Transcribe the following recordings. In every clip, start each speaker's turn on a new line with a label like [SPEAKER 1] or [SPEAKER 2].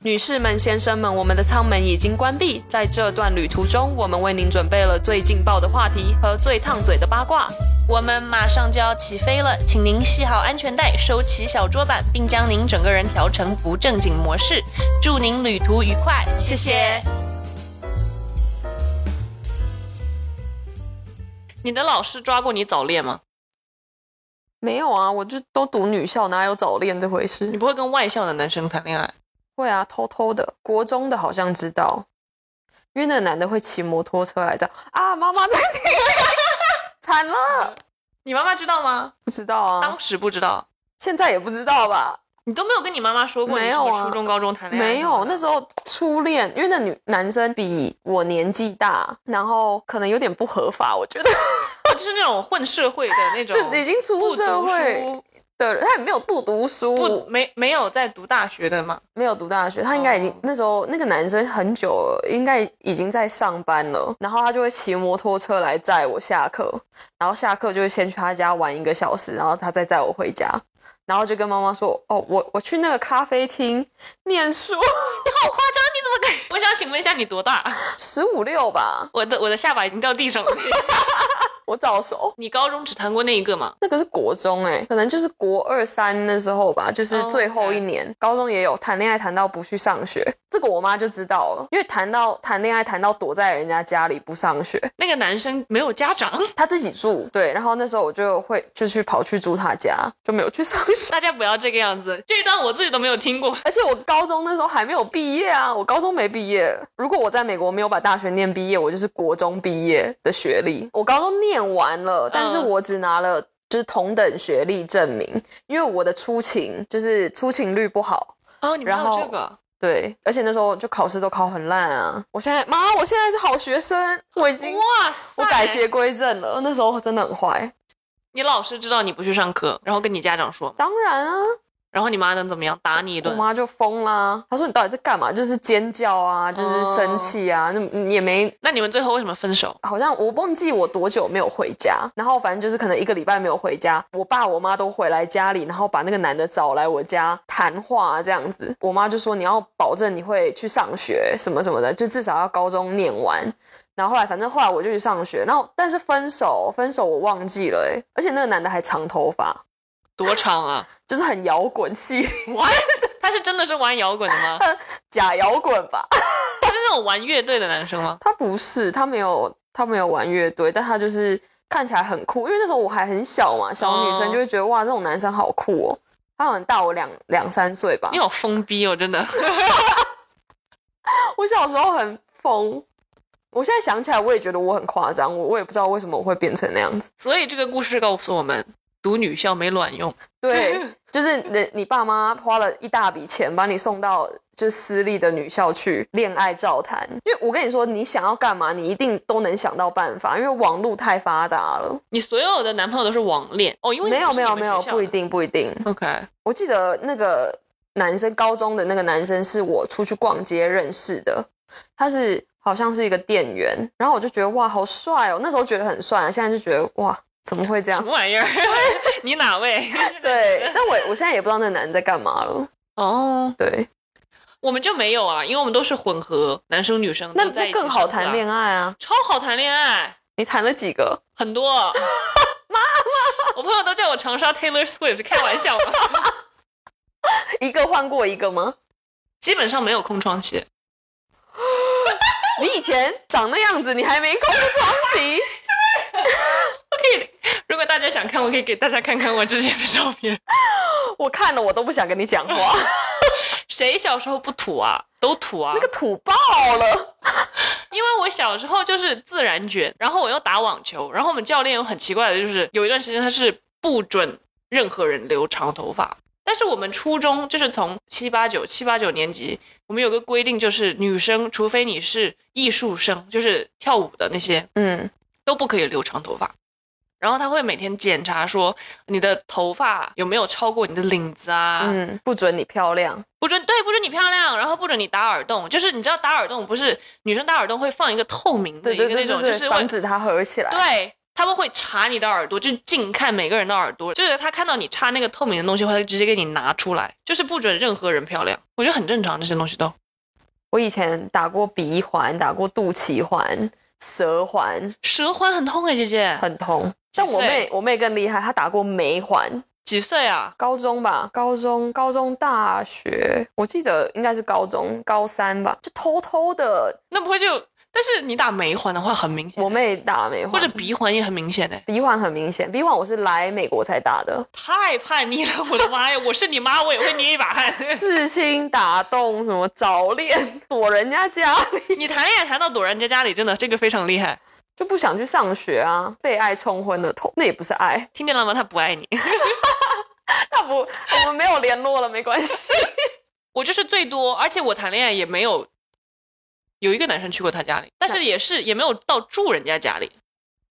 [SPEAKER 1] 女士们、先生们，我们的舱门已经关闭。在这段旅途中，我们为您准备了最劲爆的话题和最烫嘴的八卦。
[SPEAKER 2] 我们马上就要起飞了，请您系好安全带，收起小桌板，并将您整个人调成不正经模式。祝您旅途愉快，谢谢。
[SPEAKER 1] 你的老师抓过你早恋吗？
[SPEAKER 3] 没有啊，我就都读女校，哪有早恋这回
[SPEAKER 1] 你
[SPEAKER 3] 事？
[SPEAKER 1] 不会跟外校的男生谈恋爱？
[SPEAKER 3] 会啊，偷偷的。国中的好像知道，因为那个男的会骑摩托车来着。啊，妈妈在听， 惨了，
[SPEAKER 1] 你妈妈知道吗？
[SPEAKER 3] 不知道啊
[SPEAKER 1] 当，时不知道，
[SPEAKER 3] 现在也不知道吧？
[SPEAKER 1] 你都没有跟你妈妈说过你
[SPEAKER 3] 没
[SPEAKER 1] 什
[SPEAKER 3] 有啊
[SPEAKER 1] 么初中、高中谈恋爱？
[SPEAKER 3] 没有，那时
[SPEAKER 1] 候
[SPEAKER 3] 候初恋，因为那女男生比我年纪大，然后可能有点不合法，我觉得
[SPEAKER 1] 哦就是那种混社会的那 种，
[SPEAKER 3] 就已经出
[SPEAKER 1] 不
[SPEAKER 3] 社
[SPEAKER 1] 读
[SPEAKER 3] 会
[SPEAKER 1] 书、
[SPEAKER 3] 的人，他也没有不读书，
[SPEAKER 1] 不没没有在读大学的嘛？
[SPEAKER 3] 没有读大学，他应该已经、
[SPEAKER 1] 哦
[SPEAKER 3] 那时候那个男生很久了应该已经在上班了，然后他就会骑摩托车来载我下课，然后下课就会先去他家玩一个小时，然后他再载我回家，然后就跟妈妈说：“哦，我我去那个咖啡厅念书，
[SPEAKER 1] 好夸张！你怎么敢？ 我想请问一下，你多大？
[SPEAKER 3] 十五六吧，
[SPEAKER 1] 我的我的下巴已经掉地上了。
[SPEAKER 3] 我早熟。”
[SPEAKER 1] 你高中只谈过那一个吗？
[SPEAKER 3] 那个是国中哎、可能就是国二三那时候吧，就是
[SPEAKER 1] 哦
[SPEAKER 3] 最后一年。高中也有谈恋爱谈到不去上学，这个我妈就知道了，因为谈到谈恋爱谈到躲在人家家里不上学，
[SPEAKER 1] 那个男生没有家长，
[SPEAKER 3] 她自己住对，然后那时候我就会就去跑去住她家，就没有去上学。
[SPEAKER 1] 大家不要这个样子。这一段我自己都没有听过。
[SPEAKER 3] 而且我高中那时候还没有毕业啊，我高中没毕业。如果我在美国没有把大学念毕业，我就是国中毕业的学历。我高中念完了，但是我只拿了就是同等学历证明，因为我的出勤就是出勤率不好。
[SPEAKER 1] 哦，你
[SPEAKER 3] 们还有这
[SPEAKER 1] 个？
[SPEAKER 3] 对，而且那时候就考试都考很烂啊！我现在妈，我现在是好学生，我已经
[SPEAKER 1] 哇塞！
[SPEAKER 3] 我改邪归正了。那时候真的很坏，
[SPEAKER 1] 你老师知道你不去上课，然后跟你家长说，
[SPEAKER 3] 当然啊，
[SPEAKER 1] 然后你妈能怎么样？打你一
[SPEAKER 3] 我
[SPEAKER 1] 顿。
[SPEAKER 3] 妈就疯啦。她说你到底在干嘛？就是尖叫啊，就是生气啊，那、你也没
[SPEAKER 1] 那你们最后为什么分手？
[SPEAKER 3] 好像我忘记我多久没有回家，然后反正就是可能一个礼拜没有回家，我爸我妈都回来家里，然后把那个男的找来我家谈话啊这样子。我妈就说你要保证你会去上学什么什么的，就至少要高中念完。然后后来反正后来我就去上学，然后但是分手分手我忘记了欸而且那个男的还长头发，
[SPEAKER 1] 多长啊？
[SPEAKER 3] 就是很摇滚系
[SPEAKER 1] 玩？ 他是真的是玩摇滚的 吗？
[SPEAKER 3] 假摇滚吧。
[SPEAKER 1] 他是那种玩乐队的男生吗？
[SPEAKER 3] 他不是，他没有，他没有玩乐队，但他就是看起来很酷。因为那时候我还很小嘛，小女
[SPEAKER 1] 哦
[SPEAKER 3] 生就会觉得、哇，这种男生好酷哦。他好像大我两两三岁吧
[SPEAKER 1] 你。好疯逼哦，真 的。
[SPEAKER 3] 我小时候很疯，我现在想起来我也觉得我很夸张，我我也不知道为什么我会变成那样子。
[SPEAKER 1] 所以这个故事告诉我们，读女校没卵用。
[SPEAKER 3] 对，就是你你爸妈花了一大笔钱把你送到就是私立的女校去恋爱照谈，因为我跟你说，你想要干嘛，你一定都能想到办法，因为网络太发达了。
[SPEAKER 1] 你所有的男朋友都是网恋哦，因为你
[SPEAKER 3] 没有
[SPEAKER 1] 不是
[SPEAKER 3] 没有
[SPEAKER 1] 你们
[SPEAKER 3] 没有，
[SPEAKER 1] 学校
[SPEAKER 3] 不一
[SPEAKER 1] 的。
[SPEAKER 3] 定不啊一定。
[SPEAKER 1] OK，
[SPEAKER 3] 我记得那个男生，高中的那个男生是我出去逛街认识的，他是好像是一个店员，然后我就觉得哇，好帅哦，那时候觉得很帅，现在就觉得哇，怎么会这
[SPEAKER 1] 什
[SPEAKER 3] 样？
[SPEAKER 1] 么玩意 儿？你哪位？
[SPEAKER 3] 对，那我我现在也不知道那个男人在干嘛了。
[SPEAKER 1] 哦，
[SPEAKER 3] 对，
[SPEAKER 1] 我们就没有啊，因为我们都是混合，男生女生
[SPEAKER 3] 那
[SPEAKER 1] 都在
[SPEAKER 3] 那
[SPEAKER 1] 一起
[SPEAKER 3] 更好
[SPEAKER 1] 上课啊
[SPEAKER 3] 谈恋爱啊！
[SPEAKER 1] 超好谈恋爱，
[SPEAKER 3] 你谈了几个？
[SPEAKER 1] 很多。 妈妈，我朋友都叫我长沙 Taylor Swift，开玩 笑嘛。
[SPEAKER 3] 一个换过一个吗？
[SPEAKER 1] 基本上没有空窗期，
[SPEAKER 3] 你以前长那样子，你还没空窗期？
[SPEAKER 1] 我可以。如果大家想看，我可以给大家看看我之前的照片。
[SPEAKER 3] 我看了，我都不想跟你讲话，
[SPEAKER 1] 谁小时候不土啊？都土啊！
[SPEAKER 3] 那个土爆了。
[SPEAKER 1] 因为我小时候就是自然卷，然后我又打网球，然后我们教练有很奇怪的，就是有一段时间他是不准任何人留长头发。但是我们初中就是从七八九七八九年级，我们有个规定，就是女生，除非你是艺术生，就是跳舞的那些，
[SPEAKER 3] 嗯，
[SPEAKER 1] 都不可以留长头发。然后他会每天检查说你的头发有没有超过你的领子啊，
[SPEAKER 3] 嗯，不准你漂亮。
[SPEAKER 1] 不准对，不准你漂亮，然后不准你打耳洞，就是你知道打耳洞不是女生打耳洞会放一个透明的
[SPEAKER 3] 对
[SPEAKER 1] 一个
[SPEAKER 3] 对
[SPEAKER 1] 那
[SPEAKER 3] 对
[SPEAKER 1] 种，
[SPEAKER 3] 对
[SPEAKER 1] 就
[SPEAKER 3] 对，
[SPEAKER 1] 是会
[SPEAKER 3] 防止它合起来。
[SPEAKER 1] 对，他们会查你的耳朵，就是近看每个人的耳朵，就是他看到你插那个透明的东西，他就直接给你拿出来，就是不准任何人漂亮。我觉得很正常，这些东西都。
[SPEAKER 3] 我以前打过鼻环，打过肚脐环、舌环，
[SPEAKER 1] 舌环很痛哎，姐姐，
[SPEAKER 3] 很痛。但我
[SPEAKER 1] 欸
[SPEAKER 3] 妹，我妹更厉害，她打过眉环。
[SPEAKER 1] 几岁啊？
[SPEAKER 3] 高中吧，高中，高中，大学，我记得应该是高中，高三吧，就偷偷的，
[SPEAKER 1] 那不会就……但是你打眉环的话很明显，
[SPEAKER 3] 我妹打眉环，
[SPEAKER 1] 或者鼻环也很明显哎、
[SPEAKER 3] 鼻环很明显，鼻环我是来美国才打 的，
[SPEAKER 1] 太叛逆了，我的妈呀！我是你妈，我也会捏一把汗。
[SPEAKER 3] 刺青、打洞什么早恋，躲人家家 里，
[SPEAKER 1] 你谈恋爱谈到躲人家家里，真的这个非常厉害。
[SPEAKER 3] 就不想去上学啊，被爱冲昏了头，那也不是爱，
[SPEAKER 1] 听见了吗？他不爱你。
[SPEAKER 3] 那不，我们没有联络了，没关系。
[SPEAKER 1] 我就是最多，而且我谈恋爱也没有有一个男生去过他家里，但是也是也没有到住人家家里，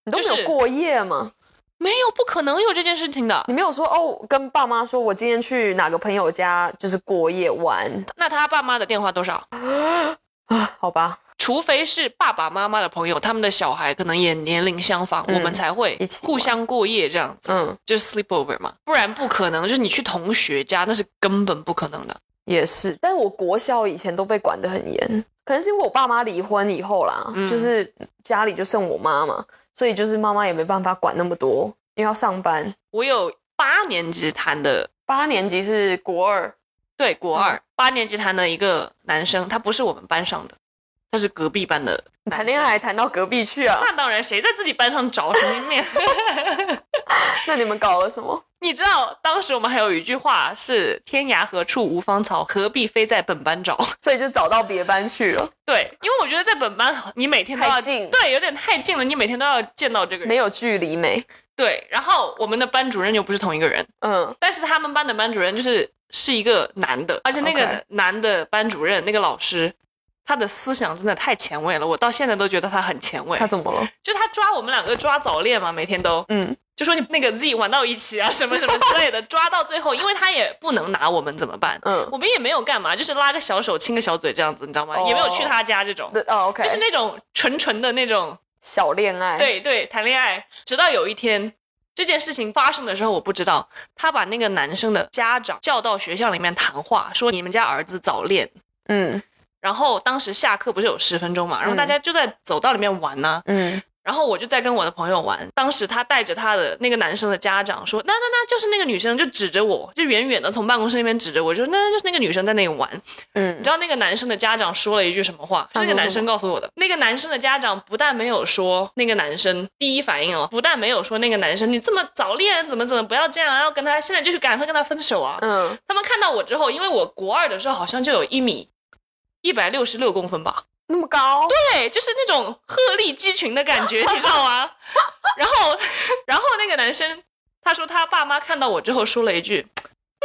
[SPEAKER 3] 你都
[SPEAKER 1] 就
[SPEAKER 3] 没
[SPEAKER 1] 是
[SPEAKER 3] 有过夜吗？
[SPEAKER 1] 没有不可能有这件事情的
[SPEAKER 3] 你。没有说哦，跟爸妈说我今天去哪个朋友家就是过夜玩，
[SPEAKER 1] 那他爸妈的电话多少？
[SPEAKER 3] 好吧？
[SPEAKER 1] 除非是爸爸妈妈的朋友，他们的小孩可能也年龄相仿，
[SPEAKER 3] 嗯
[SPEAKER 1] 我们才会
[SPEAKER 3] 一起玩
[SPEAKER 1] 互相过夜这样子，
[SPEAKER 3] 嗯，
[SPEAKER 1] 就是 sleepover 嘛，不然不可能。就是你去同学家，那是根本不可能的。
[SPEAKER 3] 也是。但是我国小以前都被管得很严，可能是因为我爸妈离婚以后啦，
[SPEAKER 1] 嗯
[SPEAKER 3] 就是家里就剩我妈嘛，所以就是妈妈也没办法管那么多，因为要上班。
[SPEAKER 1] 我有八年级谈的，
[SPEAKER 3] 八年级是国二，
[SPEAKER 1] 对，国
[SPEAKER 3] 嗯
[SPEAKER 1] 二、八年级谈的一个男生，他不是我们班上的，他是隔壁班的
[SPEAKER 3] 你
[SPEAKER 1] 男生。
[SPEAKER 3] 谈恋爱谈到隔壁去啊？
[SPEAKER 1] 那当然，谁在自己班上找神经病？
[SPEAKER 3] 那你们搞了什么？
[SPEAKER 1] 你知道当时我们还有一句话是“天涯何处无芳草，何必非在本班找
[SPEAKER 3] 所以就找到别班去了，”。
[SPEAKER 1] 对，因为我觉得在本班你每天都要
[SPEAKER 3] 太近
[SPEAKER 1] 对，有点太近了，你每天都要见到这个人。
[SPEAKER 3] 没有距离美。
[SPEAKER 1] 对，然后我们的班主任又不是同一个人，
[SPEAKER 3] 嗯，
[SPEAKER 1] 但是他们班的班主任就是是一个男的，而且那
[SPEAKER 3] OK
[SPEAKER 1] 个男的班主任那个老师。他的思想真的太前卫了，我到现在都觉得他很前卫
[SPEAKER 3] 他。怎么了？
[SPEAKER 1] 就他抓我们两个抓早恋嘛，每天都，
[SPEAKER 3] 嗯，
[SPEAKER 1] 就说你那个 Z 玩到一起啊，什么什么之 类的，抓到最后，因为他也不能拿我们怎么办？
[SPEAKER 3] 嗯
[SPEAKER 1] 我们也没有干嘛，就是拉个小手、亲个小嘴这样子，你知道吗？
[SPEAKER 3] 哦
[SPEAKER 1] 也没有去他家这种，
[SPEAKER 3] 对哦，OK，
[SPEAKER 1] 就是那种纯纯的那种，
[SPEAKER 3] 小恋爱。，
[SPEAKER 1] 对对，谈恋爱。直到有一天，这件事情发生的时候，我不知道，他把那个男生的家长叫到学校里面谈话，说你们家儿子早恋。
[SPEAKER 3] 嗯
[SPEAKER 1] 然后当时下课不是有十分钟嘛，然后大家就在走道里面玩啊呢、
[SPEAKER 3] 嗯。
[SPEAKER 1] 然后我就在跟我的朋友玩，当时他带着他的那个男生的家长说，那那那就是那个女生，就指着我，就远远的从办公室那边指着我，就说那那就是那个女生在那里玩。
[SPEAKER 3] 嗯
[SPEAKER 1] 你知道那个男生的家长说了一句什么话？是
[SPEAKER 3] 他
[SPEAKER 1] 那
[SPEAKER 3] 说
[SPEAKER 1] 个男生告诉我的。那个男生的家长不但没有说那个男生第一反应哦，不但没有说那个男生你这么早恋怎么怎么不要这样啊，要跟他现在就去赶快跟他分手啊。
[SPEAKER 3] 嗯，
[SPEAKER 1] 他们看到我之后，因为我国二的时候好像就有一米一百六十六公分吧，
[SPEAKER 3] 那么高，
[SPEAKER 1] 对，就是那种鹤立鸡群的感觉， 你知道吗？然后，然后那个男生他说他爸妈看到我之后说了一句：“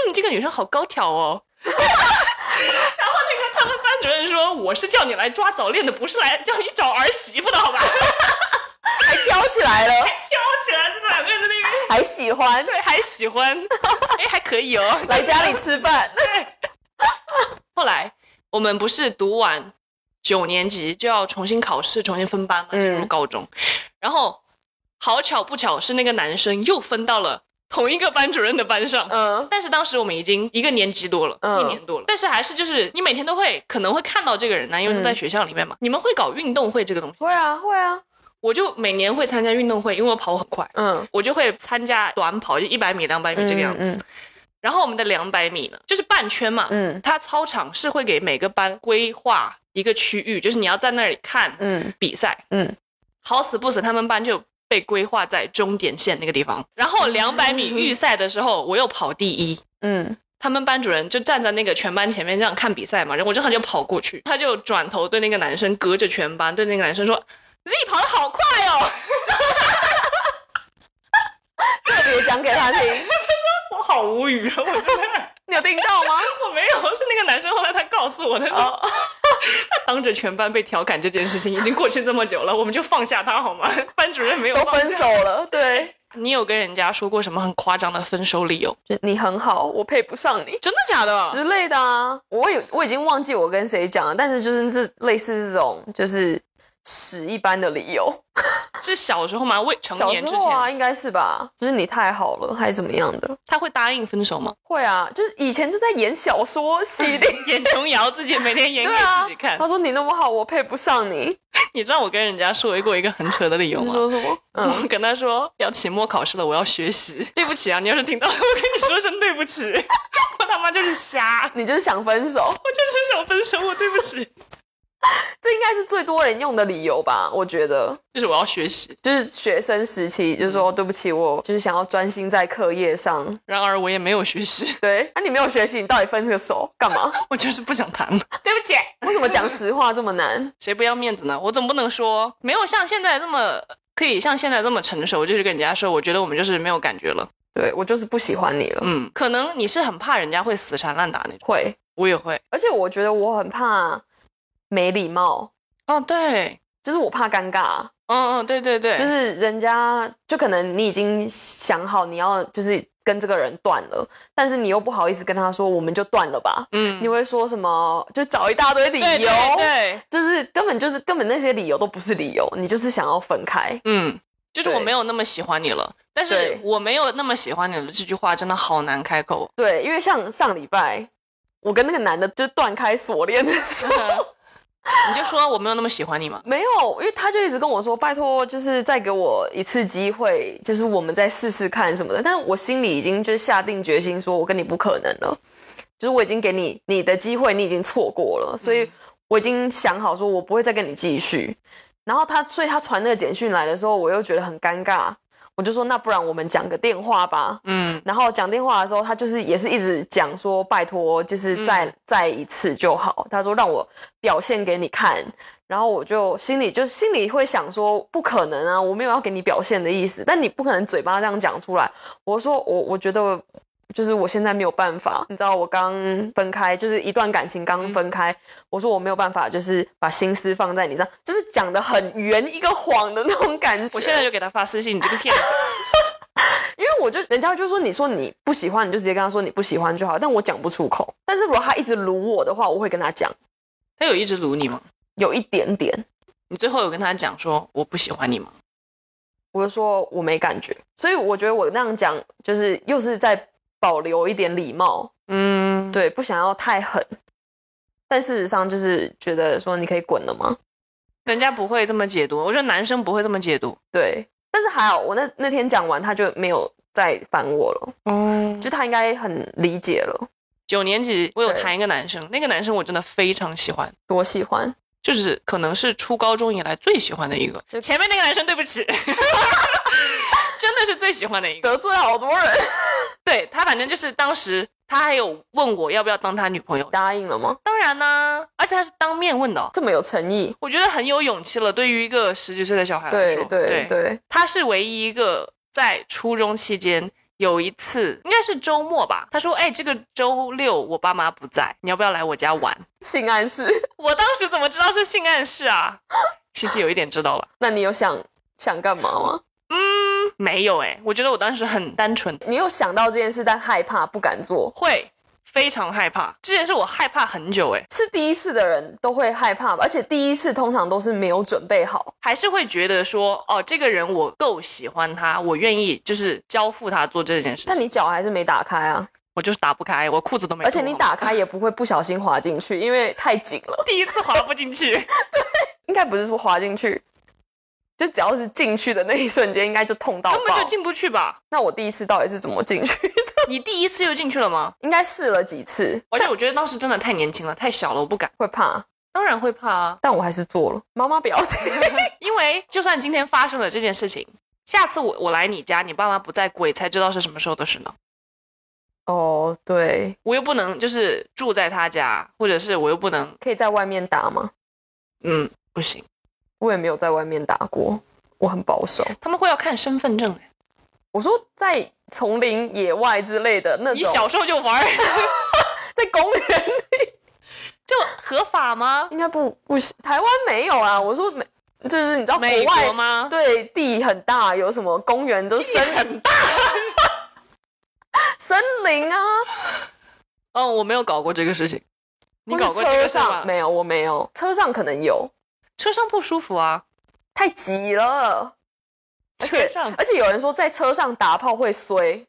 [SPEAKER 1] 嗯，这个女生好高挑哦。” 然后那个他们班主任说：“我是叫你来抓早恋的，不是来叫你找儿媳妇的，好吧？” 挑
[SPEAKER 3] 还挑起来了，
[SPEAKER 1] 起来，这两个人在那边
[SPEAKER 3] 还喜欢
[SPEAKER 1] 对还喜欢， 哎，还可以哦。
[SPEAKER 3] 来家里吃饭。
[SPEAKER 1] 后来我们不是读完九年级就要重新考试，重新分班嘛，
[SPEAKER 3] 嗯
[SPEAKER 1] 进入高中。然后好巧不巧是那个男生又分到了同一个班主任的班上。
[SPEAKER 3] 嗯，
[SPEAKER 1] 但是当时我们已经一个年级多了，
[SPEAKER 3] 嗯
[SPEAKER 1] 一年多了，但是还是就是你每天都会可能会看到这个人呢、因为都在学校里面
[SPEAKER 3] 嗯
[SPEAKER 1] 嘛。你们会搞运动会这个东西，
[SPEAKER 3] 会啊，会啊，
[SPEAKER 1] 我就每年会参加运动会，因为我跑很快，
[SPEAKER 3] 嗯，
[SPEAKER 1] 我就会参加短跑，就一百米、两百米这个样子。
[SPEAKER 3] 嗯嗯
[SPEAKER 1] 然后我们的两百米呢，就是半圈嘛，
[SPEAKER 3] 嗯
[SPEAKER 1] 它操场是会给每个班规划一个区域，就是你要在那里看
[SPEAKER 3] 嗯
[SPEAKER 1] 比赛，
[SPEAKER 3] 嗯，
[SPEAKER 1] 好死不死他们班就被规划在终点线那个地方。然后两百米预赛的时候，我又跑第一。
[SPEAKER 3] 嗯，
[SPEAKER 1] 他们班主任就站在那个全班前面这样看比赛嘛，然后我正好就跑过去，他就转头对那个男生隔着全班对那个男生说：“Z 跑得好快哦。”
[SPEAKER 3] 特别讲给他 听，
[SPEAKER 1] 我好无语啊！我真的
[SPEAKER 3] 你有听到吗？
[SPEAKER 1] 我没有，是那个男生后来他告诉我的。他
[SPEAKER 3] 哦，
[SPEAKER 1] 当着全班被调侃这件事情已经过去这么久了，我们就放下他好吗？ 班主任没有
[SPEAKER 3] 都
[SPEAKER 1] 放
[SPEAKER 3] 分
[SPEAKER 1] 下
[SPEAKER 3] 手。了，对，
[SPEAKER 1] 你有跟人家说过什么很夸张的分手理由？
[SPEAKER 3] 就你很好，我配不上你。
[SPEAKER 1] 真的假的？
[SPEAKER 3] 之类的啊，我有我已经忘记我跟谁讲了，但是就是这类似这种，就是屎一般的理由。
[SPEAKER 1] 是小时候吗？未成
[SPEAKER 3] 小
[SPEAKER 1] 年
[SPEAKER 3] 时
[SPEAKER 1] 之
[SPEAKER 3] 候
[SPEAKER 1] 前，
[SPEAKER 3] 啊，应该是吧？就是你太好了，还是怎么样的？
[SPEAKER 1] 他会答应分手吗？
[SPEAKER 3] 会啊，就是以前就在演小说系列。
[SPEAKER 1] 演琼瑶自己每天演给
[SPEAKER 3] 对啊
[SPEAKER 1] 自己看。，
[SPEAKER 3] 他说你那么好，我配不上你。
[SPEAKER 1] 你知道我跟人家说过一个很扯的理由
[SPEAKER 3] 你
[SPEAKER 1] 吗？
[SPEAKER 3] 说什么？嗯，
[SPEAKER 1] 我跟他说要期末考试了，我要学习。对不起啊，你要是听到了，我跟你说声对不起。 我他妈就是瞎，我
[SPEAKER 3] 你就是想
[SPEAKER 1] 就
[SPEAKER 3] 分手，
[SPEAKER 1] 是想分手，我对不起。
[SPEAKER 3] 这应该是最多人用的理由吧？我觉得，
[SPEAKER 1] 就是我要学习，
[SPEAKER 3] 就是学生时期，就是说哦对不起，我就是想要专心在课业上。
[SPEAKER 1] 然而我也没有学习，
[SPEAKER 3] 对，啊，你没有学习，你到底分这个手干嘛？
[SPEAKER 1] 我就是不想谈了。 对不起，
[SPEAKER 3] 为什么讲实话这么难？
[SPEAKER 1] 谁不要面子呢？我总不能说没有像现在那么可以像现在这么成熟，就是跟人家说，我觉得我们就是没有感觉了。
[SPEAKER 3] 对我就是不喜欢你了，
[SPEAKER 1] 嗯，可能你是很怕人家会死缠烂打那种，
[SPEAKER 3] 会。
[SPEAKER 1] 我也会。
[SPEAKER 3] 而且我觉得我很怕没礼貌，
[SPEAKER 1] 哦，对，
[SPEAKER 3] 就是我怕尴尬，
[SPEAKER 1] 嗯嗯，对对对，
[SPEAKER 3] 就是人家就可能你已经想好你要就是跟这个人断了，但是你又不好意思跟他说我们就断了吧，
[SPEAKER 1] 嗯
[SPEAKER 3] 你，会说什么？就找一大堆理由，
[SPEAKER 1] 对对对，
[SPEAKER 3] 就是根本就是根本那些理由都不是理由，你就是想要分开。
[SPEAKER 1] 嗯，就是我
[SPEAKER 3] 对
[SPEAKER 1] 没有那么喜欢你了，但是
[SPEAKER 3] 对
[SPEAKER 1] 我没有那么喜欢你了这句话真的好难开 口。
[SPEAKER 3] 对，因为像上礼拜我跟那个男的就断开锁链的时候，
[SPEAKER 1] 嗯你就说我没有那么喜欢你嘛，
[SPEAKER 3] 没有，因为他就一直跟我说，拜托，就是再给我一次机会，就是我们再试试看什么的。但是我心里已经就是下定决心，说我跟你不可能了，就是我已经给你你的机会，你已经错过了，所以我已经想好说我不会再跟你继续。然后他，所以他传那个简讯来的时候，我又觉得很尴尬，我就说那不然我们讲个电话吧。
[SPEAKER 1] 嗯
[SPEAKER 3] 然后讲电话的时候，他就是也是一直讲说，拜托，就是再、
[SPEAKER 1] 嗯
[SPEAKER 3] 再一次就好。他说让我表现给你看，然后我就心里就心里会想说，不可能啊，我没有要给你表现的意思，但你不可能嘴巴这样讲出来。我说我我觉得就是我现在没有办法，你知道我刚分开，就是一段感情
[SPEAKER 1] 嗯
[SPEAKER 3] 刚分开，我说我没有办法，就是把心思放在你上，就是讲的很圆一个谎的那种感觉。
[SPEAKER 1] 我现在就给他发私信，你这个 骗子。
[SPEAKER 3] 因为我就人家就说你说你不喜欢，你就直接跟他说你不喜欢就好。但我讲不出口。但是如果他一直撸我的话，我会跟他讲，
[SPEAKER 1] 他有一直撸你吗？
[SPEAKER 3] 有一点点，
[SPEAKER 1] 你最后有跟他讲说我不喜欢你吗？
[SPEAKER 3] 我就说我没感觉。所以我觉得我那样讲，就是又是在保留一点礼貌，
[SPEAKER 1] 嗯，
[SPEAKER 3] 对，不想要太狠。但事实上就是觉得说你可以滚了吗？
[SPEAKER 1] 人家不会这么解读，我觉得男生不会这么解读。
[SPEAKER 3] 对，但是还好，我那那天讲完他就没有再烦我了，
[SPEAKER 1] 嗯，
[SPEAKER 3] 就他应该很理解了。
[SPEAKER 1] 九年级我有
[SPEAKER 3] 对
[SPEAKER 1] 谈一个男生，那个男生我真的非常喜欢，
[SPEAKER 3] 多喜欢，
[SPEAKER 1] 就是可能是初高中以来最喜欢的一个。就前面那个男生，对不 起，真的是最喜欢的一个。
[SPEAKER 3] 得罪好多人，
[SPEAKER 1] 对他，反正就是当时他还有问我要不要当他女朋友，
[SPEAKER 3] 答应了吗？
[SPEAKER 1] 当然呢、而且他是当面问的哦、
[SPEAKER 3] 这么有诚意，
[SPEAKER 1] 我觉得很有勇气了。对于一个十几岁的小孩来
[SPEAKER 3] 对
[SPEAKER 1] 说，
[SPEAKER 3] 对对，
[SPEAKER 1] 他是唯一一个在初中期间有一次，应该是周末吧，他说：“哎，这个周六我爸妈不在，你要不要来我家玩
[SPEAKER 3] 性暗示。？”
[SPEAKER 1] 我当时怎么知道是性暗示啊？其实有一点知道了，
[SPEAKER 3] 那你有想想干嘛吗？
[SPEAKER 1] 嗯没有哎、我觉得我当时很单纯，
[SPEAKER 3] 你有想到这件事，但害怕不敢做，
[SPEAKER 1] 会非常害怕，这件事我害怕很久哎、
[SPEAKER 3] 是第一次的人都会害怕吧？而且第一次通常都是没有准备好，
[SPEAKER 1] 还是会觉得说，哦，这个人我够喜欢他，我愿意就是交付他做这件事情。
[SPEAKER 3] 但你脚还是没打开啊，
[SPEAKER 1] 我就是打不开，我裤子都没脱。
[SPEAKER 3] 而且你
[SPEAKER 1] 好吗
[SPEAKER 3] 打开也不会不小心滑进去，因为太紧了。
[SPEAKER 1] 第一次滑不进 去，
[SPEAKER 3] 应该不是说滑进去，就只要是进去的那一瞬间，应该就痛到
[SPEAKER 1] 根本
[SPEAKER 3] 爆
[SPEAKER 1] 就。进不去吧？
[SPEAKER 3] 那我第一次到底是怎么进去？
[SPEAKER 1] 你第一次就进去了吗？
[SPEAKER 3] 应该试了几次，
[SPEAKER 1] 而且我觉得当时真的太年轻了，太小了，我不敢。
[SPEAKER 3] 会怕，
[SPEAKER 1] 当然会怕啊，
[SPEAKER 3] 但我还是做了。妈妈不要听，
[SPEAKER 1] 因为就算今天发生了这件事情，下次我我来你家，你爸妈不在，鬼才知道是什么时候的事呢。
[SPEAKER 3] 哦，对，
[SPEAKER 1] 我又不能就是住在他家，或者是我又不能，
[SPEAKER 3] 可以在外面打吗？
[SPEAKER 1] 嗯，不行，
[SPEAKER 3] 我也没有在外面打过，我很保守。
[SPEAKER 1] 他们会要看身份证、欸。
[SPEAKER 3] 我说在丛林、野外之类的那
[SPEAKER 1] 你
[SPEAKER 3] 种，
[SPEAKER 1] 小时候就玩儿，
[SPEAKER 3] 在公园
[SPEAKER 1] 就合法吗？
[SPEAKER 3] 应该不不行，台湾没有啊。我说美，就是你知道国
[SPEAKER 1] 美
[SPEAKER 3] 外
[SPEAKER 1] 国吗？
[SPEAKER 3] 对地很大，有什么公园都森
[SPEAKER 1] 很大。
[SPEAKER 3] 森林啊，
[SPEAKER 1] 嗯，我没有搞过这个事情。你
[SPEAKER 3] 或是
[SPEAKER 1] 搞过这个事
[SPEAKER 3] 车
[SPEAKER 1] 吧
[SPEAKER 3] 上？没有？我没有，车上可能有，
[SPEAKER 1] 车上不舒服啊，
[SPEAKER 3] 太挤了。而且
[SPEAKER 1] 车上
[SPEAKER 3] 而且有人说在车上打炮会衰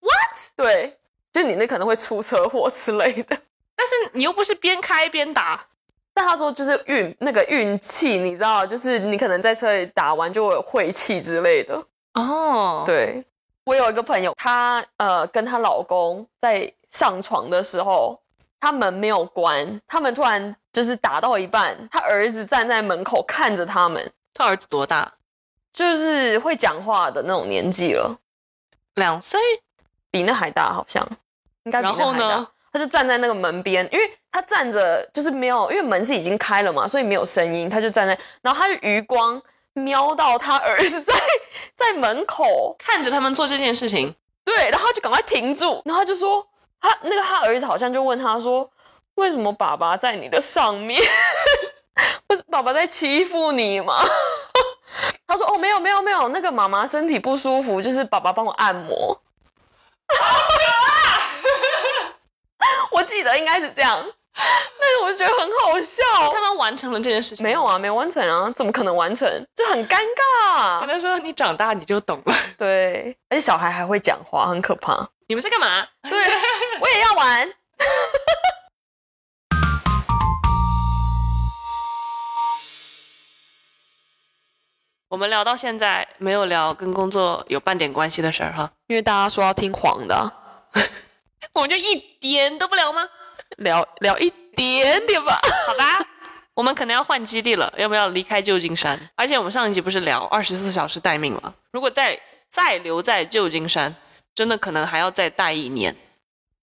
[SPEAKER 3] ，what？对，就你那可能会出车祸之类的。
[SPEAKER 1] 但是你又不是边开边打，
[SPEAKER 3] 但他说就是运那个运气，你知道，就是你可能在车里打完就会有晦气之类的。
[SPEAKER 1] 哦，
[SPEAKER 3] 对，我有一个朋友，她呃跟她老公在上床的时候，他门没有关，他们突然就是打到一半，他儿子站在门口看着他们，
[SPEAKER 1] 他儿子多大？
[SPEAKER 3] 就是会讲话的那种年纪了，
[SPEAKER 1] 两岁？
[SPEAKER 3] 比那还大好像，应该比那还大
[SPEAKER 1] 然后呢？
[SPEAKER 3] 他就站在那个门边，因为他站着就是没有，因为门是已经开了嘛，所以没有声音。他就站在，然后他就余光瞄到他儿子在在门口，
[SPEAKER 1] 看着他们做这件事情，
[SPEAKER 3] 对，然后他就赶快停住，然后他就说，他那个他儿子好像就问他说，为什么爸爸在你的上面？ 不是爸爸在欺负你吗？ 他说哦，没有没有没有，那个妈妈身体不舒服，就是爸爸帮我按摩。 我记得应该是这样，但是我就觉得很好笑。
[SPEAKER 1] 他们完成了这件事情。
[SPEAKER 3] 没有，啊，没完成啊，怎么可能完成？就很尴尬、
[SPEAKER 1] 跟他说你长大你就懂了。
[SPEAKER 3] 对，而且小孩还会讲话，很可怕。
[SPEAKER 1] 你们在干嘛？
[SPEAKER 3] 对，我也要玩。
[SPEAKER 1] 我们聊到现在没有聊跟工作有半点关系的事儿哈，
[SPEAKER 3] 因为大家说要听黄的啊、
[SPEAKER 1] 我们就一点都不聊吗？
[SPEAKER 3] 聊聊一点点吧。
[SPEAKER 1] 好吧，我们可能要换基地了，要不要离开旧金山？而且我们上一集不是聊二十四小时待命吗？如果再再留在旧金山，真的可能还要再待一年，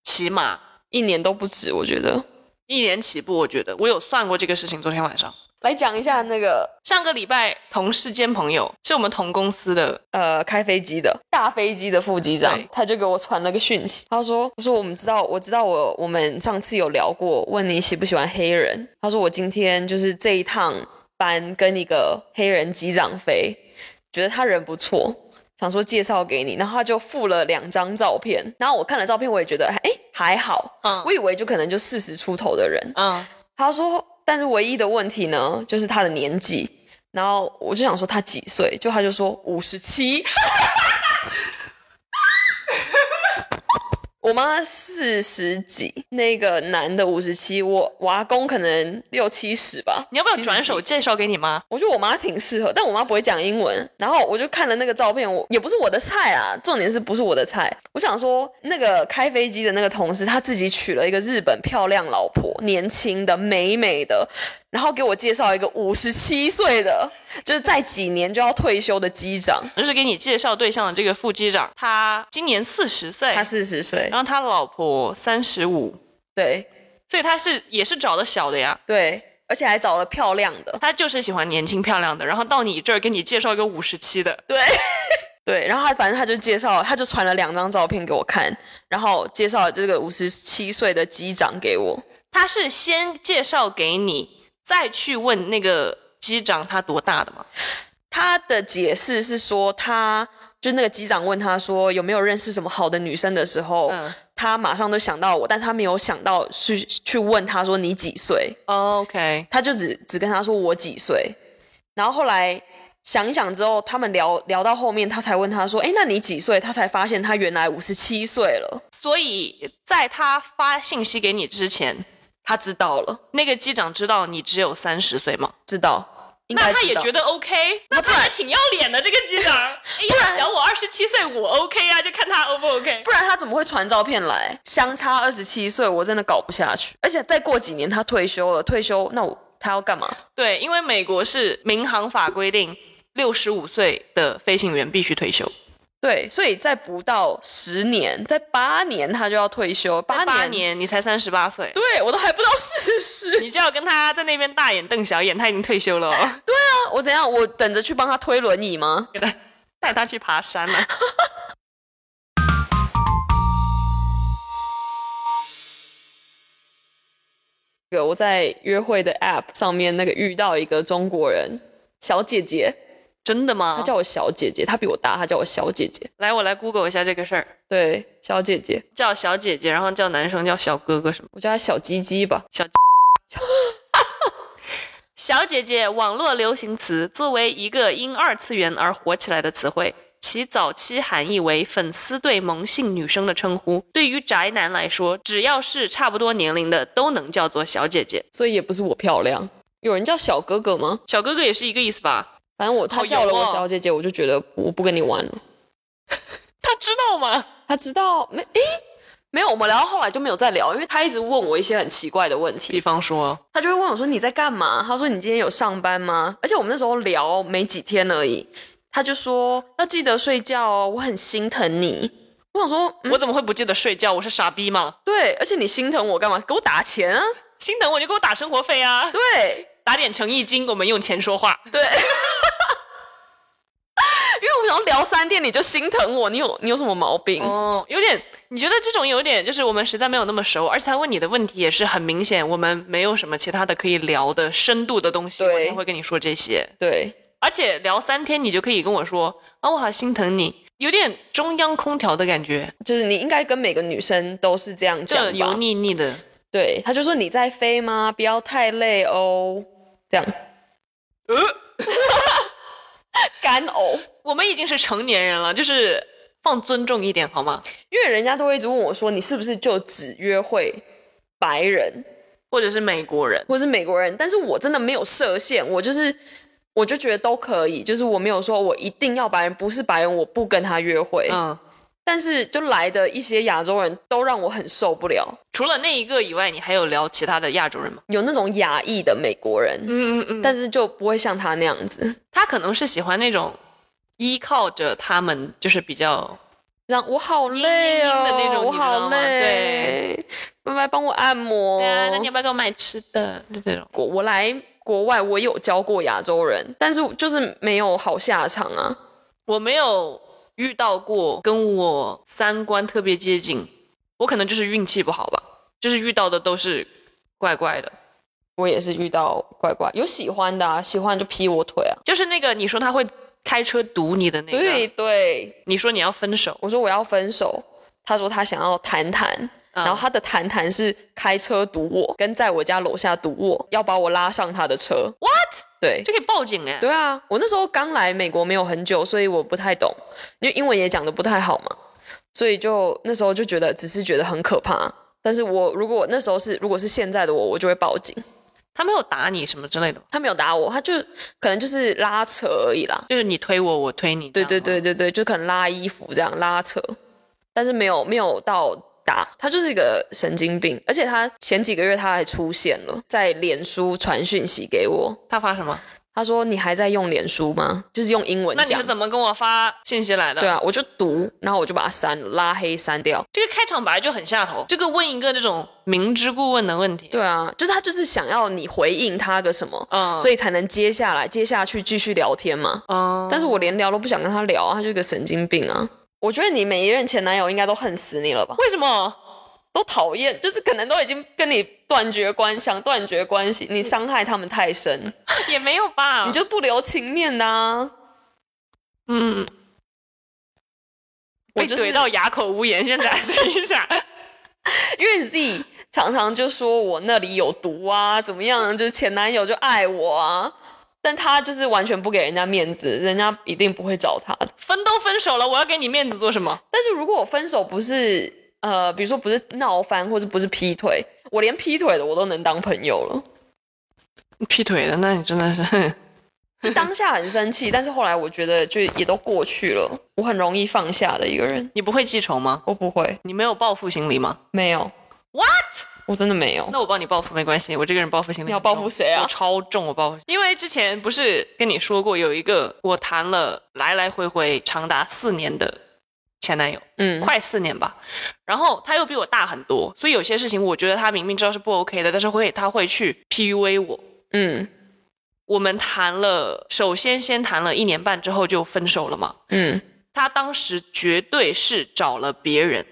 [SPEAKER 1] 起码
[SPEAKER 3] 一年都不止，我觉得。
[SPEAKER 1] 一年起步。我觉得我有算过这个事情，昨天晚上。
[SPEAKER 3] 来讲一下那个
[SPEAKER 1] 上个礼拜，同事兼朋友是我们同公司的，
[SPEAKER 3] 呃，开飞机的大飞机的副机长
[SPEAKER 1] 对，
[SPEAKER 3] 他就给我传了个讯息，他说：“我说我们知道，我知道我我们上次有聊过，问你喜不喜欢黑人。”他说：“我今天就是这一趟班跟一个黑人机长飞，觉得他人不错，想说介绍给你，然后他就附了两张照片，然后我看了照片，我也觉得哎还好，
[SPEAKER 1] 嗯
[SPEAKER 3] 我以为就可能就四十出头的人，
[SPEAKER 1] 嗯，
[SPEAKER 3] 他说，但是唯一的问题呢，就是他的年纪。然后我就想说他几岁，就他就说五十七。我妈四十几，那个男的五十七，我我阿公可能六七十吧。
[SPEAKER 1] 你要不要
[SPEAKER 3] 70
[SPEAKER 1] 转手
[SPEAKER 3] 几？
[SPEAKER 1] 介绍给你妈？
[SPEAKER 3] 我觉得我妈挺适合，但我妈不会讲英文。然后我就看了那个照片，我也不是我的菜啊，重点是不是我的菜。我想说，那个开飞机的那个同事，他自己娶了一个日本漂亮老婆，年轻的美美的，然后给我介绍一个五十七岁的，就是在几年就要退休的机长，
[SPEAKER 1] 就是给你介绍对象的这个副机长，他今年四十岁，
[SPEAKER 3] 他四十岁
[SPEAKER 1] 然，后他老婆三十五，
[SPEAKER 3] 对
[SPEAKER 1] 所以他是也是找的小的呀，
[SPEAKER 3] 对，而且还找了漂亮的，
[SPEAKER 1] 他就是喜欢年轻漂亮的，然后到你这儿给你介绍一个五十七的，
[SPEAKER 3] 对对，然后他反正他就介绍，他就传了两张照片给我看，然后介绍了这个五十七岁的机长给我。
[SPEAKER 1] 他是先介绍给你，再去问那个机长他多大的吗？
[SPEAKER 3] 他的解释是说他。就那个机长问他说有没有认识什么好的女生的时候，
[SPEAKER 1] 嗯
[SPEAKER 3] 他马上就想到我，但他没有想到去去问他说你几岁，
[SPEAKER 1] ，OK，
[SPEAKER 3] 他就只只跟他说我几岁，然后后来想一想之后，他们聊聊到后面，他才问他说，哎，那你几岁？他才发现他原来五十七岁了，
[SPEAKER 1] 所以在他发信息给你之前，
[SPEAKER 3] 他知道了，
[SPEAKER 1] 那个机长知道你只有三十岁吗？
[SPEAKER 3] 知道，应该
[SPEAKER 1] 那他也
[SPEAKER 3] 知道
[SPEAKER 1] 觉得 OK，那他也挺要脸的这个机长，哎呀，小我二十七岁，我 OK 啊，就看他 O 不 OK。
[SPEAKER 3] 不然他怎么会传照片来？相差二十七岁，我真的搞不下去。而且再过几年他退休了，退休那我他要干嘛？
[SPEAKER 1] 对，因为美国是民航法规定，六十五岁的飞行员必须退休，
[SPEAKER 3] 对，所以在不到十年，在八年他就要退休，八
[SPEAKER 1] 八
[SPEAKER 3] 年，
[SPEAKER 1] 年你才三十八岁，
[SPEAKER 3] 对我都还不到四 十。
[SPEAKER 1] 你就要跟他在那边大眼瞪小眼，他已经退休了、哦，
[SPEAKER 3] 我怎样？我等着去帮他推轮椅吗？
[SPEAKER 1] 给他带他去爬山了、
[SPEAKER 3] 有我在约会的 App 上面那个遇到一个中国人小姐姐，
[SPEAKER 1] 真的
[SPEAKER 3] 她
[SPEAKER 1] 吗？
[SPEAKER 3] 叫我小姐姐，她比我大，她叫我小姐姐。
[SPEAKER 1] 来，我来 Google 一下这个事儿，
[SPEAKER 3] 对，小姐姐，
[SPEAKER 1] 叫小姐姐，然后叫男生叫小哥哥什么
[SPEAKER 3] 我叫她小鸡鸡吧。
[SPEAKER 1] 小。
[SPEAKER 2] 小姐姐，网络流行词作为一个因二次元而火起来的词汇，其早期含义为粉丝对萌性女生的称呼。对于宅男来说，只要是差不多年龄的，都能叫做小姐姐。
[SPEAKER 3] 所以也不是我漂亮。有人叫小哥哥吗？
[SPEAKER 1] 小哥哥也是一个意思吧？
[SPEAKER 3] 反正我
[SPEAKER 1] 好
[SPEAKER 3] 他
[SPEAKER 1] 油
[SPEAKER 3] 叫了我
[SPEAKER 1] 哦
[SPEAKER 3] 小姐姐，我就觉得我不跟你玩了。
[SPEAKER 1] 他知道吗？
[SPEAKER 3] 他知道没？诶，没有，我们聊到后来就没有再聊，因为他一直问我一些很奇怪的问
[SPEAKER 1] 比
[SPEAKER 3] 题。
[SPEAKER 1] 方说，
[SPEAKER 3] 他就会问我说你在干嘛？他说你今天有上班吗？而且我们那时候聊没几天而已，他就说要记得睡觉哦，我很心疼你。我想说，嗯，
[SPEAKER 1] 我怎么会不记得睡觉？我是傻逼吗？
[SPEAKER 3] 对，而且你心疼我干嘛？给我打钱啊！
[SPEAKER 1] 心疼我就给我打生活费啊，
[SPEAKER 3] 对，
[SPEAKER 1] 打点诚意金，我们用钱说话。
[SPEAKER 3] 对，因为我们想要聊三天，你就心疼我，你有你有什么毛病？
[SPEAKER 1] 哦，有点，你觉得这种有点，就是我们实在没有那么熟，而且他问你的问题也是很明显，我们没有什么其他的可以聊的深度的东西，
[SPEAKER 3] 对
[SPEAKER 1] 我才会跟你说这些。
[SPEAKER 3] 对，
[SPEAKER 1] 而且聊三天，你就可以跟我说啊，我好心疼你，有点中央空调的感觉，
[SPEAKER 3] 就是你应该跟每个女生都是这样
[SPEAKER 1] 这
[SPEAKER 3] 讲
[SPEAKER 1] 油
[SPEAKER 3] 吧？
[SPEAKER 1] 腻腻的。
[SPEAKER 3] 对，他就说你在飞吗？不要太累哦，这样。
[SPEAKER 1] 呃
[SPEAKER 3] 干呕，
[SPEAKER 1] 我们已经是成年人了，就是放尊重一点好吗？
[SPEAKER 3] 因为人家都会一直问我说你是不是就只约会白人
[SPEAKER 1] 或者是美国人，
[SPEAKER 3] 或是美国人？但是我真的没有设限，我就是我就觉得都可以，就是我没有说我一定要白人，不是白人我不跟他约会。
[SPEAKER 1] 嗯，
[SPEAKER 3] 但是就来的一些亚洲人都让我很受不了，
[SPEAKER 1] 除了那一个以外，你还有聊其他的亚洲人吗？
[SPEAKER 3] 有那种亚裔的美国人，
[SPEAKER 1] 嗯嗯嗯，
[SPEAKER 3] 但是就不会像他那样子，
[SPEAKER 1] 他可能是喜欢那种依靠着他们，就是比较
[SPEAKER 3] 让我好累哦，
[SPEAKER 1] 嘤嘤嘤的那种你
[SPEAKER 3] 我
[SPEAKER 1] 知道
[SPEAKER 3] 好
[SPEAKER 1] 吗
[SPEAKER 3] 累，拜拜，帮我按摩。
[SPEAKER 1] 对啊，那你要不要给我买吃的？就这种。
[SPEAKER 3] 我我来国外，我有教过亚洲人，但是就是没有好下场啊。
[SPEAKER 1] 我没有遇到过跟我三观特别接近，我可能就是运气不好吧，就是遇到的都是怪怪的。
[SPEAKER 3] 我也是遇到怪怪，有喜欢的、啊，喜欢就劈我腿啊。
[SPEAKER 1] 就是那个你说他会开车堵你的那个，
[SPEAKER 3] 对对，
[SPEAKER 1] 你说你要分手，
[SPEAKER 3] 我说我要分手，他说他想要谈谈。
[SPEAKER 1] 嗯
[SPEAKER 3] 然后他的谈谈是开车堵我，跟在我家楼下堵我，要把我拉上他的车。
[SPEAKER 1] what
[SPEAKER 3] 对
[SPEAKER 1] 就，可以报警哎、
[SPEAKER 3] 对啊，我那时候刚来美国没有很久，所以我不太懂，因为英文也讲的不太好嘛，所以就那时候就觉得只是觉得很可怕。但是我如果我那时候是如果是现在的我，我就会报警。
[SPEAKER 1] 他没有打你什么之类的吗，
[SPEAKER 3] 他没有打我，他就可能就是拉扯而已啦。
[SPEAKER 1] 就是你推我，我推你，
[SPEAKER 3] 对
[SPEAKER 1] 这
[SPEAKER 3] 对
[SPEAKER 1] 样吗，
[SPEAKER 3] 对对对，就可能拉衣服这样拉扯，但是没有没有到打，他就是一个神经病，而且他前几个月他还出现了，在脸书传讯息给我，
[SPEAKER 1] 他发什么？
[SPEAKER 3] 他说你还在用脸书吗？就是用英文
[SPEAKER 1] 那
[SPEAKER 3] 讲。
[SPEAKER 1] 你是怎么跟我发信息来的？
[SPEAKER 3] 对啊，我就读，然后我就把它删了，拉黑删掉。
[SPEAKER 1] 这个开场白就很下头，这个问一个这种明知故问的问题，
[SPEAKER 3] 对啊，就是他就是想要你回应他个什么，
[SPEAKER 1] 嗯
[SPEAKER 3] 所以才能接下来接下去继续聊天嘛。
[SPEAKER 1] 嗯，
[SPEAKER 3] 但是我连聊都不想跟他聊啊，他就是个神经病啊。我觉得你每一任前男友应该都恨死你了吧？
[SPEAKER 1] 为什么？
[SPEAKER 3] 都讨厌，就是可能都已经跟你断绝关想断绝关系，你伤害他们太深，
[SPEAKER 1] 也没有吧，
[SPEAKER 3] 你就不留情面呐、
[SPEAKER 1] 嗯，
[SPEAKER 3] 我
[SPEAKER 1] 被
[SPEAKER 3] 就是
[SPEAKER 1] 怼到哑口无言。现在 等一下，
[SPEAKER 3] 因为 Z 常常就说我那里有毒啊，怎么样？就是前男友就爱我啊，但他就是完全不给人家面子，人家一定不会找他的。
[SPEAKER 1] 分都分手了，我要给你面子做什么？
[SPEAKER 3] 但是如果我分手不是呃，比如说不是闹翻，或是不是劈腿，我连劈腿的我都能当朋友了。
[SPEAKER 1] 劈腿的，那你真的是
[SPEAKER 3] 就当下很生气，但是后来我觉得就也都过去了。我很容易放下的一个人，
[SPEAKER 1] 你不会记仇吗？
[SPEAKER 3] 我不会，
[SPEAKER 1] 你没有报复心理吗
[SPEAKER 3] 没有，
[SPEAKER 1] ？What？
[SPEAKER 3] 我真的没有。
[SPEAKER 1] 那我帮你报复没关系，我这个人报复心理
[SPEAKER 3] 你要
[SPEAKER 1] 很重
[SPEAKER 3] 报复谁啊
[SPEAKER 1] 我超重，我报复。因为之前不是跟你说过，有一个我谈了来来回回长达四年的前男友，
[SPEAKER 3] 嗯，
[SPEAKER 1] 快四年吧。然后他又比我大很多，所以有些事情我觉得他明明知道是不 OK 的，但是会他会去 PUA 我。
[SPEAKER 3] 嗯
[SPEAKER 1] 我们谈了，首先先谈了一年半之后就分手了嘛。
[SPEAKER 3] 嗯，
[SPEAKER 1] 他当时绝对是找了别人，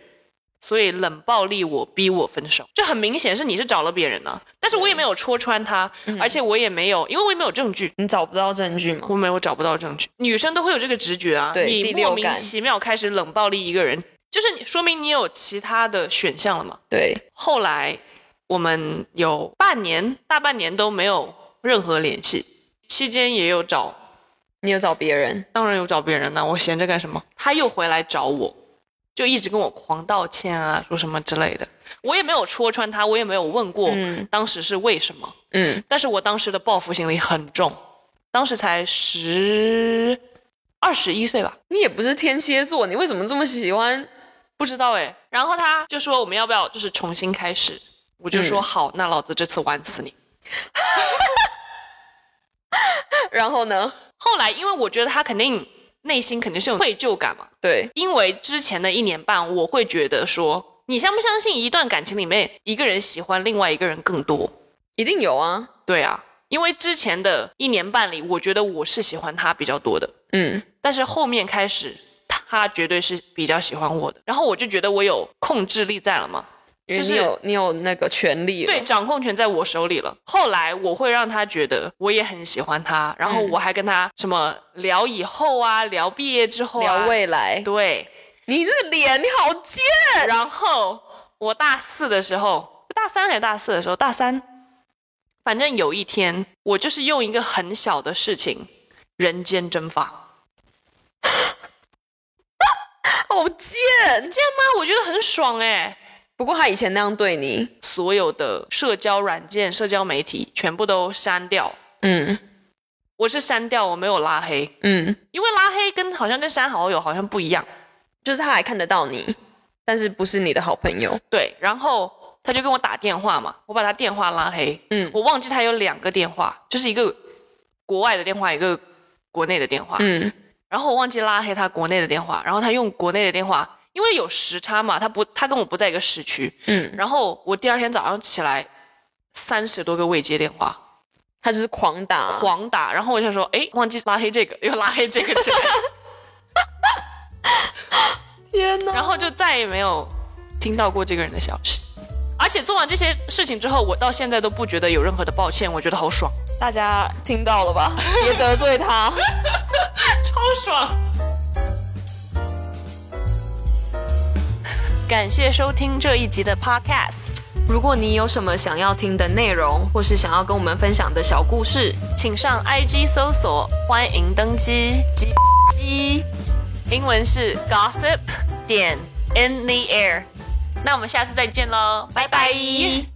[SPEAKER 1] 所以冷暴力我逼我分手，这很明显是你是找了别人呢、但是我也没有戳穿他，
[SPEAKER 3] 嗯
[SPEAKER 1] 而且我也没有，因为我也没有证据。
[SPEAKER 3] 你找不到证据吗？
[SPEAKER 1] 我没有找不到证据，女生都会有这个直觉啊，
[SPEAKER 3] 对
[SPEAKER 1] 你
[SPEAKER 3] 第
[SPEAKER 1] 莫
[SPEAKER 3] 六
[SPEAKER 1] 名
[SPEAKER 3] 感
[SPEAKER 1] 其妙开始冷暴力一个人，就是你说明你有其他的选项了嘛。
[SPEAKER 3] 对，
[SPEAKER 1] 后来我们有半年、大半年都没有任何联系。期间也有找，
[SPEAKER 3] 你有找别人？
[SPEAKER 1] 当然有找别人了、我闲着干什么？他又回来找我，就一直跟我狂道歉啊，说什么之类的。我也没有戳穿他，我也没有问过
[SPEAKER 3] 嗯
[SPEAKER 1] 当时是为什么。
[SPEAKER 3] 嗯，
[SPEAKER 1] 但是我当时的报复心理很重，当时才十二十一岁吧，
[SPEAKER 3] 你也不是天蝎座，你为什么这么喜欢？
[SPEAKER 1] 不知道哎。然后他就说我们要不要就是重新开始，我就说、好，那老子这次玩死你。
[SPEAKER 3] 然后呢？
[SPEAKER 1] 后来因为我觉得他肯定内心肯定是有愧疚感嘛，
[SPEAKER 3] 对，
[SPEAKER 1] 因为之前的一年半我会觉得说，你相不相信一段感情里面一个人喜欢另外一个人更多？
[SPEAKER 3] 一定有啊。
[SPEAKER 1] 对啊，因为之前的一年半里，我觉得我是喜欢他比较多的，
[SPEAKER 3] 嗯，
[SPEAKER 1] 但是后面开始，他绝对是比较喜欢我的，然后我就觉得我有控制力在了嘛，
[SPEAKER 3] 因为
[SPEAKER 1] 就
[SPEAKER 3] 你
[SPEAKER 1] 是
[SPEAKER 3] 有你有那个权利了。
[SPEAKER 1] 对，，掌控权在我手里了。后来我会让他觉得我也很喜欢他，然后我还跟他什么聊以后啊，聊毕业之后啊，
[SPEAKER 3] 聊未来。
[SPEAKER 1] 对，
[SPEAKER 3] 你这个脸，你好贱！
[SPEAKER 1] 然后我大四的时候，大三还是大四的时候，大三，反正有一天，我就是用一个很小的事情人间蒸发，
[SPEAKER 3] 好贱。
[SPEAKER 1] 见吗？我觉得很爽哎、
[SPEAKER 3] 不过他以前那样对你，
[SPEAKER 1] 所有的社交软件、社交媒体全部都删掉。
[SPEAKER 3] 嗯
[SPEAKER 1] 我是删掉，我没有拉黑，
[SPEAKER 3] 嗯，
[SPEAKER 1] 因为拉黑跟好像跟删好友好像不一样。
[SPEAKER 3] 就是他还看得到你，但是不是你的好朋友。
[SPEAKER 1] 对，然后他就跟我打电话嘛，我把他电话拉黑。
[SPEAKER 3] 嗯
[SPEAKER 1] 我忘记他有两个电话，就是一个国外的电话，一个国内的电话。
[SPEAKER 3] 嗯
[SPEAKER 1] 然后我忘记拉黑他国内的电话，然后他用国内的电话，因为有时差嘛，他不，他跟我不在一个时区。
[SPEAKER 3] 嗯，
[SPEAKER 1] 然后我第二天早上起来，三十多个未接电话。
[SPEAKER 3] 他就是狂打。
[SPEAKER 1] 狂打，然后我就想说，哎，忘记拉黑这个， 又拉黑这个起来，
[SPEAKER 3] 天哪！
[SPEAKER 1] 然后就再也没有听到过这个人的消息。而且做完这些事情之后，我到现在都不觉得有任何的抱歉，我觉得好爽，
[SPEAKER 3] 大家听到了吧？别得罪他。
[SPEAKER 1] 超爽。
[SPEAKER 2] 感谢收听这一集的 Podcast，
[SPEAKER 3] 如果你有什么想要听的内容，或是想要跟我们分享的小故事，
[SPEAKER 2] 请上 IG 搜索“欢迎登机鸡鸡”，英文是 Gossip 点 In the Air。那我们下次再见喽，拜拜